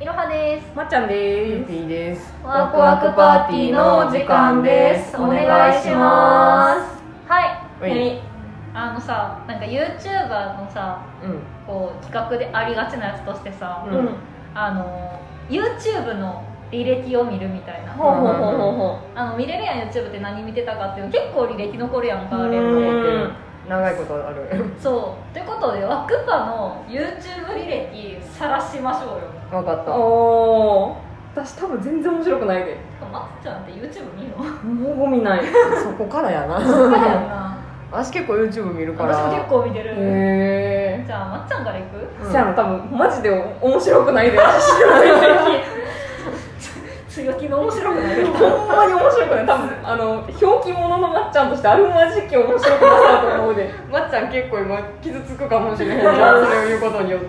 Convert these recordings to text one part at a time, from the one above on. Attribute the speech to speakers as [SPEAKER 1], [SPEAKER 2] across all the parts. [SPEAKER 1] いろはです。
[SPEAKER 2] まっちゃんで
[SPEAKER 3] ピーです。
[SPEAKER 1] ワクワクパーティーのお時間です。お願いします。は
[SPEAKER 2] す。
[SPEAKER 3] は。
[SPEAKER 2] はいい。
[SPEAKER 1] い。あのさ、なんか YouTuber のさ、
[SPEAKER 3] うん。
[SPEAKER 1] こう企画でありがちなやつとしてさ、
[SPEAKER 3] うん
[SPEAKER 1] あの YouTube の履歴を見るみたいな。
[SPEAKER 2] ほうほうほうほうほ
[SPEAKER 1] あの見れるやん YouTube って何見てたかっていうの結構履歴残るやんかあれ
[SPEAKER 2] うん
[SPEAKER 3] 長いことある。
[SPEAKER 1] そうということでワクパの YouTube 履歴晒しましょうよ
[SPEAKER 3] わかっ
[SPEAKER 2] う。
[SPEAKER 3] た。
[SPEAKER 2] おお。私多分全然面白くないで。
[SPEAKER 1] マツちゃんって YouTube 見んの
[SPEAKER 2] もう見ない。
[SPEAKER 3] そこからやな。
[SPEAKER 1] そうやんな
[SPEAKER 3] 私結構 YouTube 見るから。
[SPEAKER 1] 私も結構見てる
[SPEAKER 2] へえ。
[SPEAKER 1] じゃあまっちゃんからいく
[SPEAKER 3] うん
[SPEAKER 2] せやの多分マジで面白くないで。私の履
[SPEAKER 1] 強気の面白くない
[SPEAKER 2] 歴ほんまに面白くない。多分あの表記者のまっちゃんとしてあるまじき面白くなさと思うで。
[SPEAKER 3] まっちゃん結構今傷つくかもしれへんな。それを言うことによって。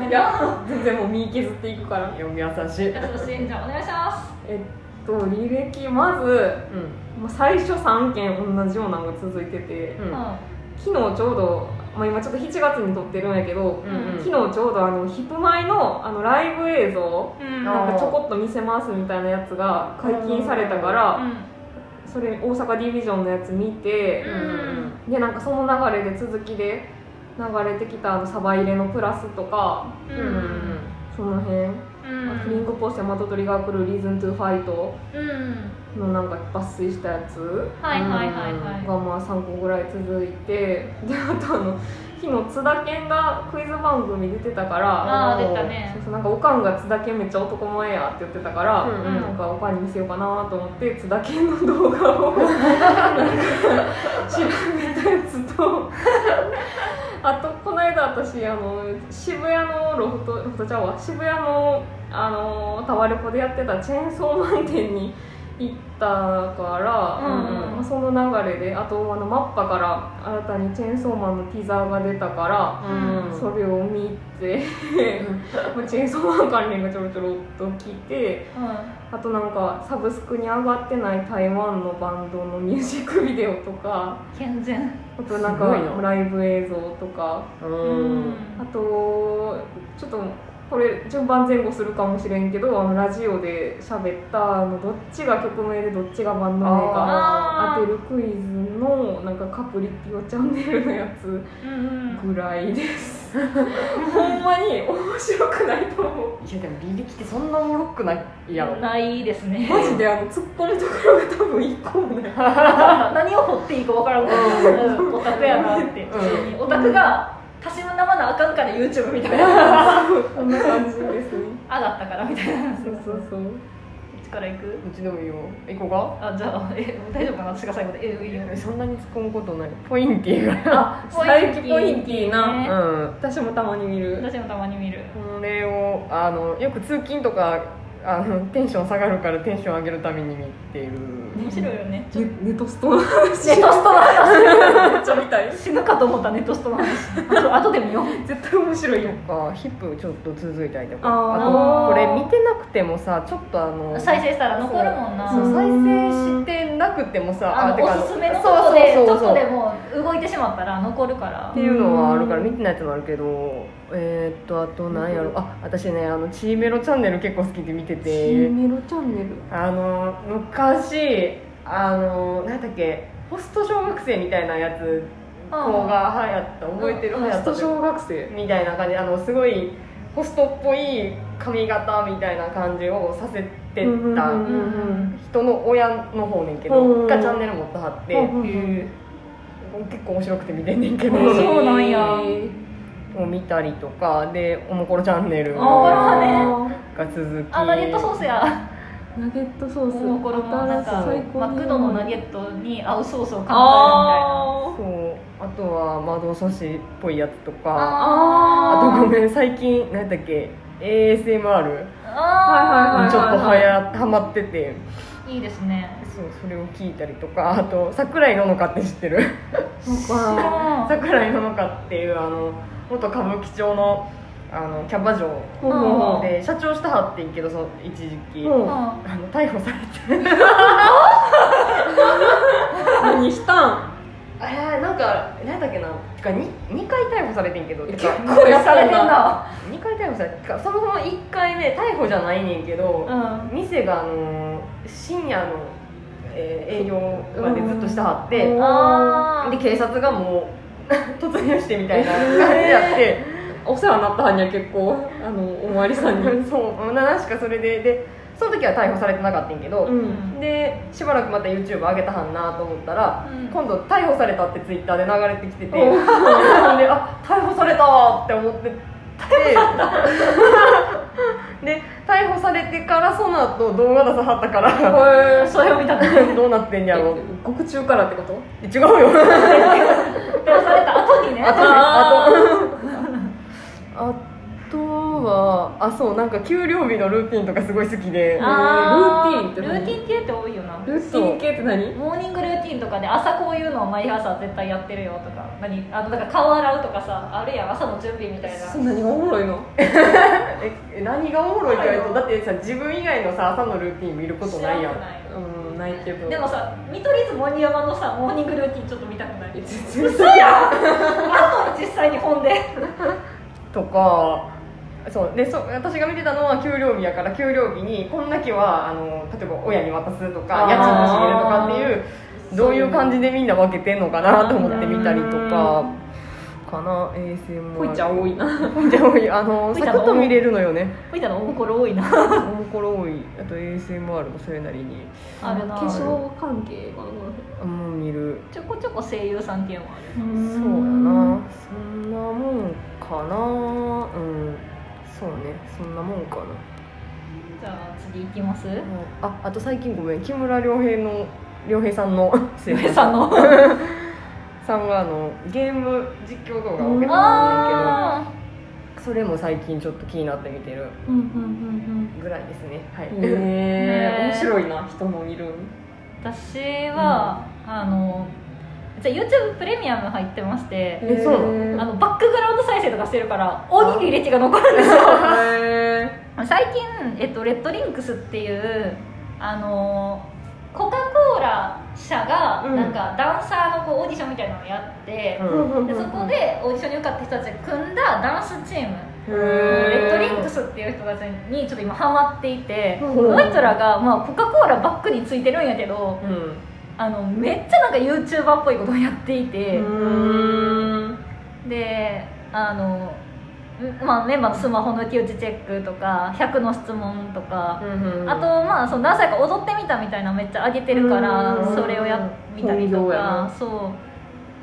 [SPEAKER 1] めんな
[SPEAKER 2] いや全然もう身削っていくから。
[SPEAKER 3] 読み優しい。うん。
[SPEAKER 1] 優しいじゃあお願いします
[SPEAKER 2] えっと履歴まず。もう最初3件同じようなのが続いてて
[SPEAKER 3] う
[SPEAKER 1] うん
[SPEAKER 3] ん。
[SPEAKER 2] 昨日ちょうど、まあ、今ちょっと7月に撮ってるんやけど、
[SPEAKER 3] うん
[SPEAKER 2] 昨日ちょうどあのヒップマイのあのライブ映像
[SPEAKER 1] うん
[SPEAKER 3] あ
[SPEAKER 2] なんかちょこっと見せますみたいなやつが解禁されたか
[SPEAKER 1] う
[SPEAKER 2] ら、
[SPEAKER 1] ん
[SPEAKER 2] それ大阪ディビジョンのやつ見て、
[SPEAKER 3] うん。
[SPEAKER 2] でなんかその流れで続きで流れてきたあのサバ入れのプラスとか
[SPEAKER 1] う
[SPEAKER 3] うんん。
[SPEAKER 2] その辺、
[SPEAKER 1] うん
[SPEAKER 2] フリンゴポストマトトリが来るリーズントゥファイト
[SPEAKER 1] うん
[SPEAKER 2] のなんか抜粋したやつ
[SPEAKER 1] はいはいはいはい
[SPEAKER 2] がまあ3個ぐらい続いてであとあの昨日津田健がクイズ番組出てたから
[SPEAKER 1] ああ
[SPEAKER 3] ー
[SPEAKER 1] 出た
[SPEAKER 2] そ
[SPEAKER 1] ね
[SPEAKER 2] うそうなんかおかんが津田健めっちゃ男前やって言ってたから、
[SPEAKER 3] うん
[SPEAKER 1] うん
[SPEAKER 2] なんかおかんに見せようかなと思って津田健の動画をなんか調べたやつと。あとこの間私あの渋谷のロフトロフトちゃうわ渋谷のあのタワレコでやってたチェーンソーマン店に行ったから、
[SPEAKER 1] うんうん
[SPEAKER 2] まあその流れであとあのマッパから新たにチェーンソーマンのティザーが出たから、
[SPEAKER 3] うん。
[SPEAKER 2] それを見てまあチェーンソーマン関連がちょろちょろっと来て
[SPEAKER 1] う
[SPEAKER 2] あとなんかサブスクに上がってない台湾のバンドのミュージックビデオとか
[SPEAKER 1] ん健全
[SPEAKER 2] あとなん
[SPEAKER 3] すご
[SPEAKER 2] か
[SPEAKER 3] いな
[SPEAKER 2] ライブ映像とか。
[SPEAKER 3] うん。
[SPEAKER 2] あとちょっとこれ順番前後するかもしれんけどあのラジオで喋ったあのどっちが曲名でどっちがバンド名か
[SPEAKER 1] あ
[SPEAKER 2] 当てるクイズのなんかカプリピオチャンネルのやつ
[SPEAKER 1] うんうん
[SPEAKER 2] ぐらい です、ほんまに面白くないと思う
[SPEAKER 3] いやでも履歴ってそんなおもろくないやろ。
[SPEAKER 1] ないですね
[SPEAKER 2] マジであの突っ込むところが多分一個もない
[SPEAKER 1] 何を掘っていいか分からんうんオタクやなって
[SPEAKER 3] う
[SPEAKER 1] オタクがたしなまなあかんから YouTube みたいな
[SPEAKER 2] こんな感じですね
[SPEAKER 1] 上がったからみたいな
[SPEAKER 2] そうそうそう
[SPEAKER 1] うちから行く
[SPEAKER 3] うちでもいいよ。行こうか。
[SPEAKER 1] あじゃあえ大丈夫かな私が最後でえいいよ
[SPEAKER 3] そんなに突っ込むことない。ポインティー
[SPEAKER 2] あ
[SPEAKER 1] ポイン
[SPEAKER 2] 最
[SPEAKER 1] ティ
[SPEAKER 2] 近ポインティーな、
[SPEAKER 1] ね
[SPEAKER 3] が。うん。
[SPEAKER 2] 私もたまに見る
[SPEAKER 1] 私もたまに見る
[SPEAKER 3] これをあのよく通勤とかあのテンション下がるからテンション上げるために見ている
[SPEAKER 1] 面白いよねちょ
[SPEAKER 2] ネ
[SPEAKER 1] っと
[SPEAKER 2] ネトストの話
[SPEAKER 1] ネトストの話
[SPEAKER 2] めっちゃ見たい
[SPEAKER 1] 死ぬかと思ったネトストの話あと後で見よう
[SPEAKER 2] 絶対面白いよ
[SPEAKER 3] あヒップちょっと続いたりとか
[SPEAKER 2] あ
[SPEAKER 3] あ
[SPEAKER 1] ー
[SPEAKER 3] とこれ見てなくてもさちょっとあの
[SPEAKER 1] 再生したら残るもんな
[SPEAKER 3] そう
[SPEAKER 2] うん
[SPEAKER 3] 再生してなくてもさ
[SPEAKER 1] あ
[SPEAKER 3] て
[SPEAKER 1] の
[SPEAKER 3] か
[SPEAKER 1] おすすめのことでち
[SPEAKER 3] そう
[SPEAKER 1] ょ
[SPEAKER 3] そうそ
[SPEAKER 1] っ
[SPEAKER 3] うそ
[SPEAKER 1] と
[SPEAKER 3] う
[SPEAKER 1] でも動いてしまったら残るから
[SPEAKER 3] っていうのはあるから見てないやつもあるけどえー、っとあと何やろあ私ねあのチーメロチャンネル結構好きで見て
[SPEAKER 2] チ
[SPEAKER 3] て
[SPEAKER 2] ーメロチャンネル
[SPEAKER 3] あの昔あの何だっけホスト小学生みたいなやつ子が流行った覚えてる流行った
[SPEAKER 2] ホスト小学生
[SPEAKER 3] みたいな感じあのすごいホストっぽい髪型みたいな感じをさせてた人の親の方ねんけ
[SPEAKER 2] うん
[SPEAKER 3] どがチャンネル持ってはって
[SPEAKER 2] うん
[SPEAKER 3] 結構面白くて見てんねんけど
[SPEAKER 1] うんそうなんや
[SPEAKER 3] を見たりとかでおもころチャンネル
[SPEAKER 1] おもころ
[SPEAKER 3] が
[SPEAKER 1] はね
[SPEAKER 3] 続き
[SPEAKER 1] あナゲットソースや
[SPEAKER 2] ナゲットソ
[SPEAKER 1] お
[SPEAKER 2] ース
[SPEAKER 1] もころのなんか
[SPEAKER 2] 新しい最高
[SPEAKER 1] マクドのナゲ
[SPEAKER 2] ット
[SPEAKER 1] ットに合うソースを考えるみたいな
[SPEAKER 2] あ
[SPEAKER 3] そうあとは魔導素子っぽいやつとかあ
[SPEAKER 2] あ
[SPEAKER 3] とご
[SPEAKER 1] あ
[SPEAKER 3] めん最近何だっけ ASMR
[SPEAKER 1] ーあ
[SPEAKER 2] はいはいはい
[SPEAKER 3] ちょっとはやハマってて
[SPEAKER 1] いいですね
[SPEAKER 3] そうそれを聞いたりとかあと桜井ののかって知ってる
[SPEAKER 2] ーわからん
[SPEAKER 1] あ
[SPEAKER 3] 桜井ののかっていうあの元歌舞伎町のあのキャバ嬢
[SPEAKER 2] ほうほう
[SPEAKER 3] で社長したはってんけどその一時期、
[SPEAKER 2] ほう
[SPEAKER 3] あの逮捕されて
[SPEAKER 2] 何したん
[SPEAKER 3] あれなんか何だっけなてか 2, 2回逮捕されてんけどて
[SPEAKER 1] 結
[SPEAKER 3] か
[SPEAKER 1] 構やされてんな
[SPEAKER 3] 2回逮捕されてかそもそも1回目逮捕じゃないねんけど、
[SPEAKER 1] ん
[SPEAKER 3] 店があのー深夜の、えー営業までずっとしてはって、
[SPEAKER 2] うん
[SPEAKER 1] あ
[SPEAKER 3] で
[SPEAKER 1] ー
[SPEAKER 3] 警察がもう突入してみたいな感じやって、
[SPEAKER 2] お世話になったはんには結構あのおまわり さんに、
[SPEAKER 3] そうな確かそれででその時は逮捕されてなかったんやけど、
[SPEAKER 2] ん
[SPEAKER 3] でしばらくまた YouTube 上げたはんなと思ったら、
[SPEAKER 1] うん
[SPEAKER 3] 今度逮捕されたって Twitter で流れてきてて で
[SPEAKER 2] お
[SPEAKER 3] あ逮捕されたわって思っててで逮捕されてからその後動画出さはったから
[SPEAKER 2] へ
[SPEAKER 1] それを見たので
[SPEAKER 3] どうなってんやろう
[SPEAKER 2] え獄中からってこと
[SPEAKER 3] え違うよ
[SPEAKER 1] 押された後にね
[SPEAKER 3] あと
[SPEAKER 2] あ
[SPEAKER 3] あとはあそうなんか給料日のルーティンとかすごい好きで
[SPEAKER 1] あー
[SPEAKER 2] ルーティンって
[SPEAKER 1] ル
[SPEAKER 2] 何
[SPEAKER 1] ーティン系って多いよな
[SPEAKER 2] ルーティン系って何
[SPEAKER 1] モーニングルーティンとかで朝こういうのを毎朝絶対やってるよとか何あのだから顔洗うとかさあるやん朝の準備みたいな
[SPEAKER 2] そんなにおもろいの
[SPEAKER 3] え何がおもろいって言われるとだってさ自分以外のさ朝のルーティン見ることないやん
[SPEAKER 1] 知らなく
[SPEAKER 2] うんないけど
[SPEAKER 1] でもさ見取り図森山のさモーニングルーティンちょっと見たくない
[SPEAKER 2] え
[SPEAKER 1] 嘘
[SPEAKER 2] 全然
[SPEAKER 1] やんあんの実際に本で
[SPEAKER 3] とかそうでそ私が見てたのは給料日やから給料日にこんだけはあの例えば親に渡すとか
[SPEAKER 2] あー
[SPEAKER 3] 家賃にし入れるとかっていうどういう感じでみんな分けてんのかなと思って見たりとかかな ASMR
[SPEAKER 2] ぽいちゃん多いな
[SPEAKER 3] ぽいちゃん多いあの
[SPEAKER 1] ぽ
[SPEAKER 3] サク
[SPEAKER 1] いちゃん
[SPEAKER 3] ッと見れるのよね
[SPEAKER 1] みたいなお心多いな
[SPEAKER 3] おもころ多いあと ASMR もそれなりに
[SPEAKER 1] あるな
[SPEAKER 2] 化粧関係が
[SPEAKER 3] もう見る
[SPEAKER 1] ちょこちょこ声優さんっていうのもある
[SPEAKER 2] そう
[SPEAKER 3] そう
[SPEAKER 2] や
[SPEAKER 3] やなそんなもんかなうんそうねそんなもんかな
[SPEAKER 1] じゃあ次行きます
[SPEAKER 3] ああと最近ごめん木村良平の良平さんの
[SPEAKER 1] ゆめさんの
[SPEAKER 3] さんがあのゲーム実況動画を上げてたんだ
[SPEAKER 1] あ
[SPEAKER 3] けどそれも最近ちょっと気になって見てる
[SPEAKER 1] ーうんうんうん
[SPEAKER 3] ぐらいですねはい、
[SPEAKER 2] へえ
[SPEAKER 1] ねえ
[SPEAKER 2] 面白いな人もいるん
[SPEAKER 1] うん私は、あのじゃあ YouTube プレミアム入ってまして
[SPEAKER 3] えそうなの
[SPEAKER 1] あ
[SPEAKER 2] の
[SPEAKER 1] のバックグラウンド再生とかしてるからおにぎり入れ違が残るんですよ
[SPEAKER 2] へえ
[SPEAKER 1] 最近、えっと、レッドリンクスっていうあのコカ・コーラ社が
[SPEAKER 3] うん
[SPEAKER 1] なんかダンサーのこうオーディションみたいなのをやって、
[SPEAKER 3] うん
[SPEAKER 1] でそこでオーディションに受かった人たちが組んだダンスチーム、
[SPEAKER 3] へ
[SPEAKER 1] レッドリンク
[SPEAKER 3] ス
[SPEAKER 1] スっていう人たちにちょっと今ハマっていて、
[SPEAKER 3] うん
[SPEAKER 1] この人らが、まあ、コカ・コーラバッグについてるんやけど
[SPEAKER 3] うん
[SPEAKER 1] あのめっちゃなんか YouTuber っぽいことをやっていて。
[SPEAKER 3] うん
[SPEAKER 1] であの、んまあ、メンバーのスマホの手打ちチェックとか100の質問とか、あとまあその何歳か踊ってみたみたいなめっちゃ上げてるから、
[SPEAKER 3] うん
[SPEAKER 1] それをや見たりと
[SPEAKER 2] 本業や
[SPEAKER 1] か
[SPEAKER 2] な
[SPEAKER 1] そう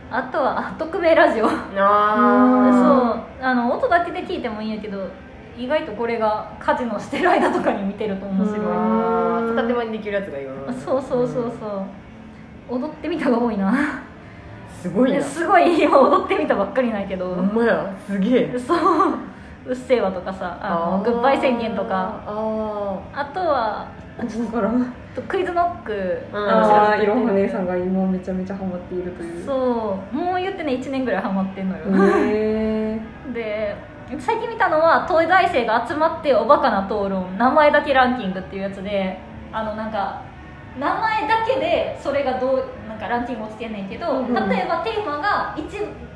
[SPEAKER 1] あとはあ匿名ラジオそう
[SPEAKER 3] あ
[SPEAKER 1] あの音だけで聞いてもいいんやけど意外とこれが家事のしてる間とかに見てると面
[SPEAKER 3] ー
[SPEAKER 1] 白い、
[SPEAKER 3] あー片手間にできるやつがいいよな
[SPEAKER 1] そうそうそうそう踊ってみたが多いな
[SPEAKER 3] すごいな
[SPEAKER 1] すごい今踊ってみたばっかりないけど、
[SPEAKER 3] ほんまやすげえ
[SPEAKER 1] そう「うっせぇわ」とかさあのグッバイ宣言とか
[SPEAKER 3] あ
[SPEAKER 1] あとは
[SPEAKER 2] だから
[SPEAKER 1] とクイズノック
[SPEAKER 3] うん
[SPEAKER 2] ああいろんな姉
[SPEAKER 1] ね
[SPEAKER 2] さんが今めちゃめちゃハマっているという
[SPEAKER 1] そうもう言ってね1年ぐらいハマってんのよ、
[SPEAKER 2] へ
[SPEAKER 1] で最近見たのは東大生が集まっておバカな討論名前だけランキングっていうやつであのなんか名前だけでそれがどうなんかランキングをつけんねんけど、
[SPEAKER 2] うん
[SPEAKER 1] 例えばテーマが一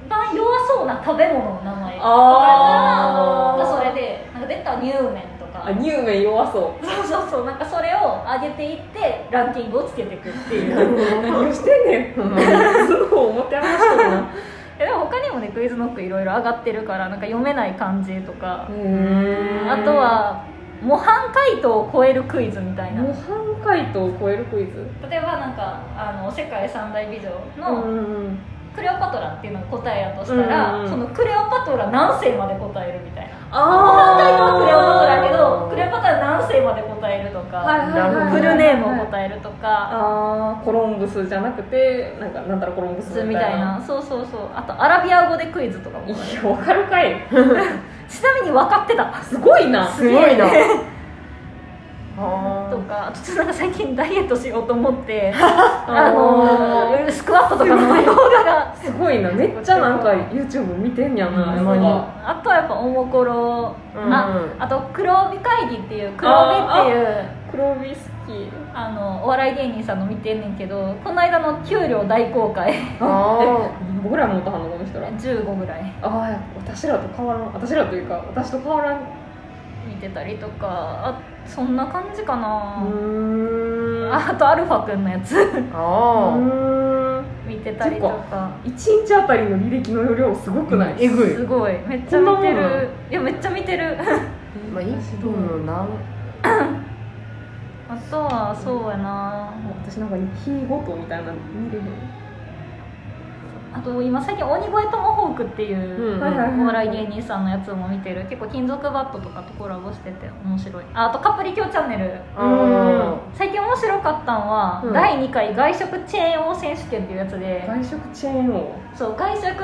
[SPEAKER 1] 番弱そうな食べ物の名前と
[SPEAKER 2] あー
[SPEAKER 1] かそれでなんか出たら乳麺とか
[SPEAKER 2] あ乳麺弱そ
[SPEAKER 1] そうそうそうなんかそれを上げていってランキングをつけていくっていうう
[SPEAKER 2] 何をしてんねん
[SPEAKER 3] ほんまに
[SPEAKER 2] そう思って話してるな
[SPEAKER 1] えでも他にもねクイズノックいろいろ上がってるからなんか読めない漢字とか
[SPEAKER 3] へ
[SPEAKER 1] あとは模範解答を超えるクイズみたいな
[SPEAKER 2] 模範解答を超えるクイズ
[SPEAKER 1] 例えばなんかあの世界三大美女
[SPEAKER 2] う
[SPEAKER 1] の
[SPEAKER 2] ん
[SPEAKER 1] クレオパトラっていうのが答えやとしたら、
[SPEAKER 2] うんうん
[SPEAKER 1] そのクレオパトラ何世まで答えるみたいな模範解答はクレオパトラやけ
[SPEAKER 2] あ
[SPEAKER 1] どクレオパトラ何世まで答えるとか、
[SPEAKER 2] はい
[SPEAKER 3] はいはいはい
[SPEAKER 1] フルネームを答えるとか、
[SPEAKER 2] あーコロンブスじゃなくてなんかなんだろうコロンブス
[SPEAKER 1] みたいなそうそうそうあとアラビア語でクイズとかも
[SPEAKER 2] いやわかるかい
[SPEAKER 1] ちなみに分かってた
[SPEAKER 2] すごいな
[SPEAKER 3] すごい な
[SPEAKER 1] と
[SPEAKER 3] あ
[SPEAKER 1] かちょっとなんか最近ダイエットしようと思って あ
[SPEAKER 2] あ
[SPEAKER 1] の
[SPEAKER 2] の
[SPEAKER 1] スクワットとかの動画が
[SPEAKER 2] すごいなめっちゃなんか YouTube 見てんやな
[SPEAKER 3] ほん
[SPEAKER 2] 今
[SPEAKER 3] まに
[SPEAKER 2] に
[SPEAKER 1] あとはやっぱおもころ、
[SPEAKER 3] うん
[SPEAKER 1] ああと黒帯会議っていう黒帯っていう
[SPEAKER 2] 黒帯好き
[SPEAKER 1] あのお笑い芸人さんの見てんねんけどこの間の給料大公開
[SPEAKER 3] あ
[SPEAKER 2] え僕らも歌反応この人ら
[SPEAKER 1] 15ぐらい
[SPEAKER 2] ああ私らと変わらん私らというか私と変わらん
[SPEAKER 1] 見てたりとかあそんな感じかな、
[SPEAKER 3] うんあ
[SPEAKER 1] あとアルファくんのやつ
[SPEAKER 3] あー
[SPEAKER 2] 1
[SPEAKER 1] 見てたりとか
[SPEAKER 2] 日あたりの履歴の量すごくない、
[SPEAKER 3] えぐい
[SPEAKER 1] すごいめっちゃ見
[SPEAKER 2] こんなもん
[SPEAKER 1] て
[SPEAKER 2] な
[SPEAKER 1] るいやめっちゃ見てる
[SPEAKER 3] まあ一分の何
[SPEAKER 1] あとはそうやな
[SPEAKER 2] 私なんか日ごとみたいなの見れへん
[SPEAKER 1] あと今最近鬼越トモホークっていう
[SPEAKER 3] うん
[SPEAKER 1] お
[SPEAKER 3] はいはい
[SPEAKER 2] はい
[SPEAKER 1] 笑い芸人さんのやつも見てる結構金属バットとかとコラボしてて面白いああとカプリキョチャンネル
[SPEAKER 3] あ
[SPEAKER 1] 最近面白かったのは、
[SPEAKER 2] うん
[SPEAKER 1] 第2回外食チェーン王選手権っていうやつで
[SPEAKER 2] 外食チェーンを
[SPEAKER 1] そう外食のチェーン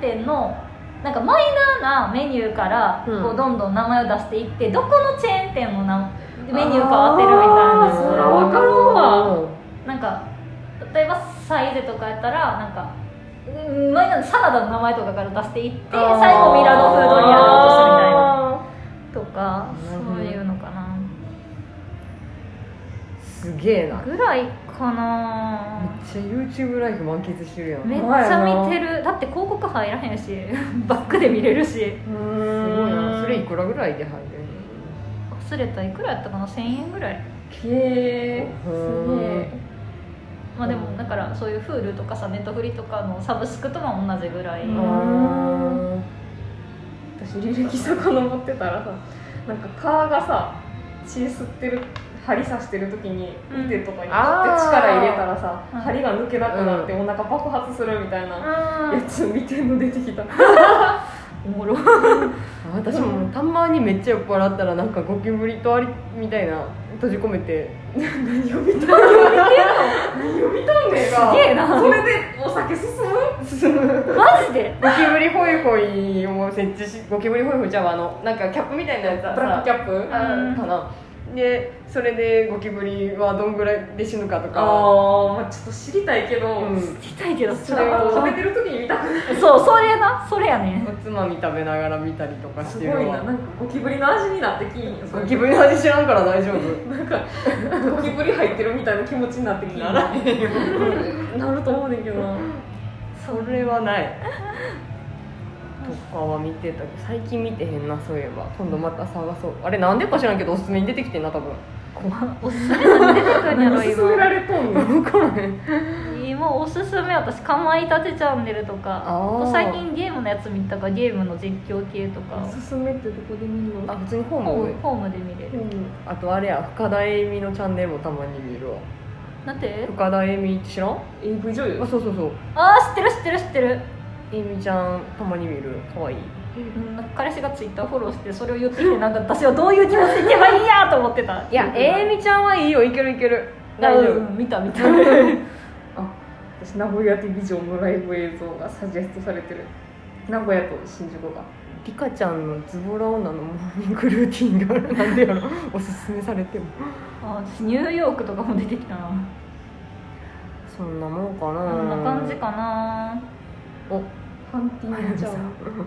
[SPEAKER 1] 店のなんかマイナーなメニューから
[SPEAKER 3] うん
[SPEAKER 1] こうどんどん名前を出していって、どこのチェーン店のなメニューか当てるみたいな
[SPEAKER 2] あーそれは分かるわ
[SPEAKER 1] なんか例えばサイゼとかやったらなんかうんマイナーサラダの名前とかから出していって最
[SPEAKER 3] あー
[SPEAKER 1] 後ミラノ風
[SPEAKER 3] ど
[SPEAKER 1] ド
[SPEAKER 3] う
[SPEAKER 1] にやろうとするみたいな
[SPEAKER 2] あ
[SPEAKER 1] とか
[SPEAKER 3] なるほど
[SPEAKER 1] そういうのかな
[SPEAKER 3] すげえなめっ
[SPEAKER 1] ぐらいかな
[SPEAKER 3] ちゃ YouTube ライフ満喫してるやん
[SPEAKER 1] めっちゃ見てるだって広告入らへんし バックで見れるし
[SPEAKER 2] ーう
[SPEAKER 3] す
[SPEAKER 2] ーん
[SPEAKER 3] ごいなそれいくらぐらいで入る
[SPEAKER 1] 忘れたいくらやったかな1000円ぐらい
[SPEAKER 2] へえ
[SPEAKER 3] うん
[SPEAKER 1] まあでもだからそういう Hulu とかさネットフリとかのサブスクとも同じぐらい、
[SPEAKER 2] うん
[SPEAKER 3] あ
[SPEAKER 2] 私履歴さかのぼってたらさなんか蚊がさ血吸ってる針刺してる時に
[SPEAKER 1] うん
[SPEAKER 2] 腕とかにって
[SPEAKER 3] あー
[SPEAKER 2] 力入れたらさ、
[SPEAKER 1] うん
[SPEAKER 2] 針が抜けなくなってお腹爆発するみたいなやつ見てんの出て きた、
[SPEAKER 1] おもろ
[SPEAKER 3] ー私もたまにめっちゃ酔っ払ったらなんかゴキブリとアリみたいな閉じ込めて
[SPEAKER 2] 何を見 たん何を見たんねん
[SPEAKER 1] す
[SPEAKER 2] が
[SPEAKER 1] げえな
[SPEAKER 2] それでお酒進む
[SPEAKER 3] 進む
[SPEAKER 1] マジで
[SPEAKER 3] ゴキブリホイホイを設置しゴキブリホイホイちゃうわあのなんかキャップみたいなやつあ
[SPEAKER 2] ブラックキャップ
[SPEAKER 3] あーかなでそれでゴキブリはどんぐらいで死ぬかとか
[SPEAKER 2] あー、まあちょっと知りたいけど、
[SPEAKER 3] うん
[SPEAKER 1] 聞きたいけど
[SPEAKER 2] そ
[SPEAKER 1] それ
[SPEAKER 2] れを食
[SPEAKER 1] は
[SPEAKER 2] べてる時に見たくない
[SPEAKER 1] そうそれなそれやね
[SPEAKER 3] おつまみ食べながら見たりとかし
[SPEAKER 2] す
[SPEAKER 3] て
[SPEAKER 2] ご
[SPEAKER 3] る
[SPEAKER 2] いな
[SPEAKER 3] わ
[SPEAKER 2] なんかゴキブリの味になってきんよそれ
[SPEAKER 3] ゴキブリの味知らんから大丈夫
[SPEAKER 2] なんかゴキブリ入ってるみたいな気持ちになってきて
[SPEAKER 3] ならへんよ
[SPEAKER 2] なると思うねんけどな
[SPEAKER 3] それはないとかは見てたけど最近見てへんなそういえば今度また探そうあれなんでか知らんけどおすすめに出てきてんな多分
[SPEAKER 1] 怖おすすめなん出てくんやろ
[SPEAKER 2] 何勧めら
[SPEAKER 1] 今
[SPEAKER 2] れとんの
[SPEAKER 3] 分からへん
[SPEAKER 1] 今おすすめ私かまいたちチャンネルとか
[SPEAKER 3] あー
[SPEAKER 1] あと最近ゲームのやつ見たからゲームの実況系とか
[SPEAKER 2] おすすめってどこで見るの
[SPEAKER 3] あ普通に本
[SPEAKER 1] ホ
[SPEAKER 3] も
[SPEAKER 1] ームホームで見れ
[SPEAKER 2] う
[SPEAKER 1] る
[SPEAKER 2] ん
[SPEAKER 3] あとあれや深田栄美のチャンネルもたまに見るわ
[SPEAKER 1] なんて
[SPEAKER 3] 深田栄美知らんあ
[SPEAKER 2] AV 女優
[SPEAKER 3] そうそうそう
[SPEAKER 1] ああ知ってる知ってる知ってる
[SPEAKER 3] 栄美ちゃんたまに見るかわいい
[SPEAKER 1] うんなんか彼氏がツイッターフォローしてそれを言ってきてなんか私はどういう気持ちでいけばいいやと思ってた
[SPEAKER 3] いや栄美ちゃんはいいよいけるいける大
[SPEAKER 1] 大
[SPEAKER 3] 丈
[SPEAKER 1] 丈
[SPEAKER 3] 夫、
[SPEAKER 1] 夫見た 見た
[SPEAKER 2] あ私名古屋でビジョンのライブ映像がサジェストされてる名古屋と新宿が
[SPEAKER 3] リカちゃんのズボラ女のモーニングルーティンがあるなんでやろおすすめされても
[SPEAKER 1] あ私ニューヨークとかも出てきたな
[SPEAKER 3] そんなもんかな
[SPEAKER 1] こんな感じかな
[SPEAKER 3] お
[SPEAKER 2] ハンティングちゃん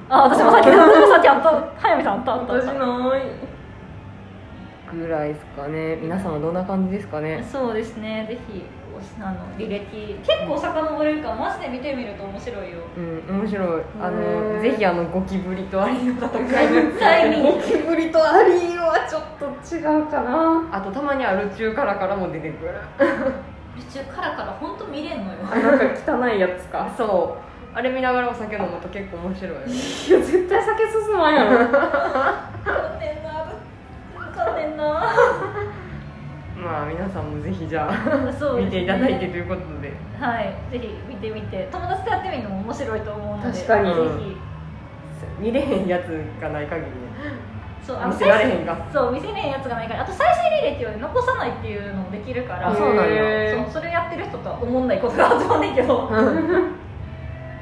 [SPEAKER 1] あ私もさっき私もさっきあった早見さんあったあったあっ
[SPEAKER 2] 私
[SPEAKER 1] た
[SPEAKER 2] ない
[SPEAKER 3] ぐらいですかね皆さんはどんな感じですかね
[SPEAKER 1] そうですねぜひおしあの履歴結構遡れるからマジで見てみると面白いよ
[SPEAKER 3] うん面白いあ
[SPEAKER 2] へー
[SPEAKER 3] のぜひあのゴキブリとアリの戦い
[SPEAKER 1] 絶対見
[SPEAKER 2] ゴキブリとアリーはちょっと違うかな
[SPEAKER 3] あとたまにアル中からからも出てくる
[SPEAKER 1] 途中からから本当見れんのよ
[SPEAKER 2] あなんか汚いやつか
[SPEAKER 3] そうあれ見ながらお酒飲むと結構面白いよね
[SPEAKER 2] いや絶対酒進まんやろ
[SPEAKER 1] かんねんなかんねんな
[SPEAKER 3] まあ皆さんもぜひじゃあ
[SPEAKER 1] そうで すね
[SPEAKER 3] 見ていただいてということで
[SPEAKER 1] はいぜひ見てみて友達とやってみるのも面白いと思うので
[SPEAKER 2] 確かに
[SPEAKER 1] ぜ
[SPEAKER 3] 見れへんやつがない限り
[SPEAKER 1] ひそうあ
[SPEAKER 3] 見
[SPEAKER 1] の
[SPEAKER 3] せられへんか
[SPEAKER 1] そう見せれへんやつがないからあと最新履歴を残さないっていうのもできるから
[SPEAKER 3] あそうなんや
[SPEAKER 2] へー
[SPEAKER 1] そうそれやってる人とは思んないことがあると思うねんけど、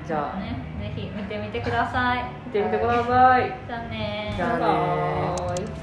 [SPEAKER 3] じゃあ
[SPEAKER 1] ね、ぜひ見てみてください
[SPEAKER 2] 見てみてください
[SPEAKER 1] じゃあね
[SPEAKER 3] じゃあね
[SPEAKER 2] バイバイ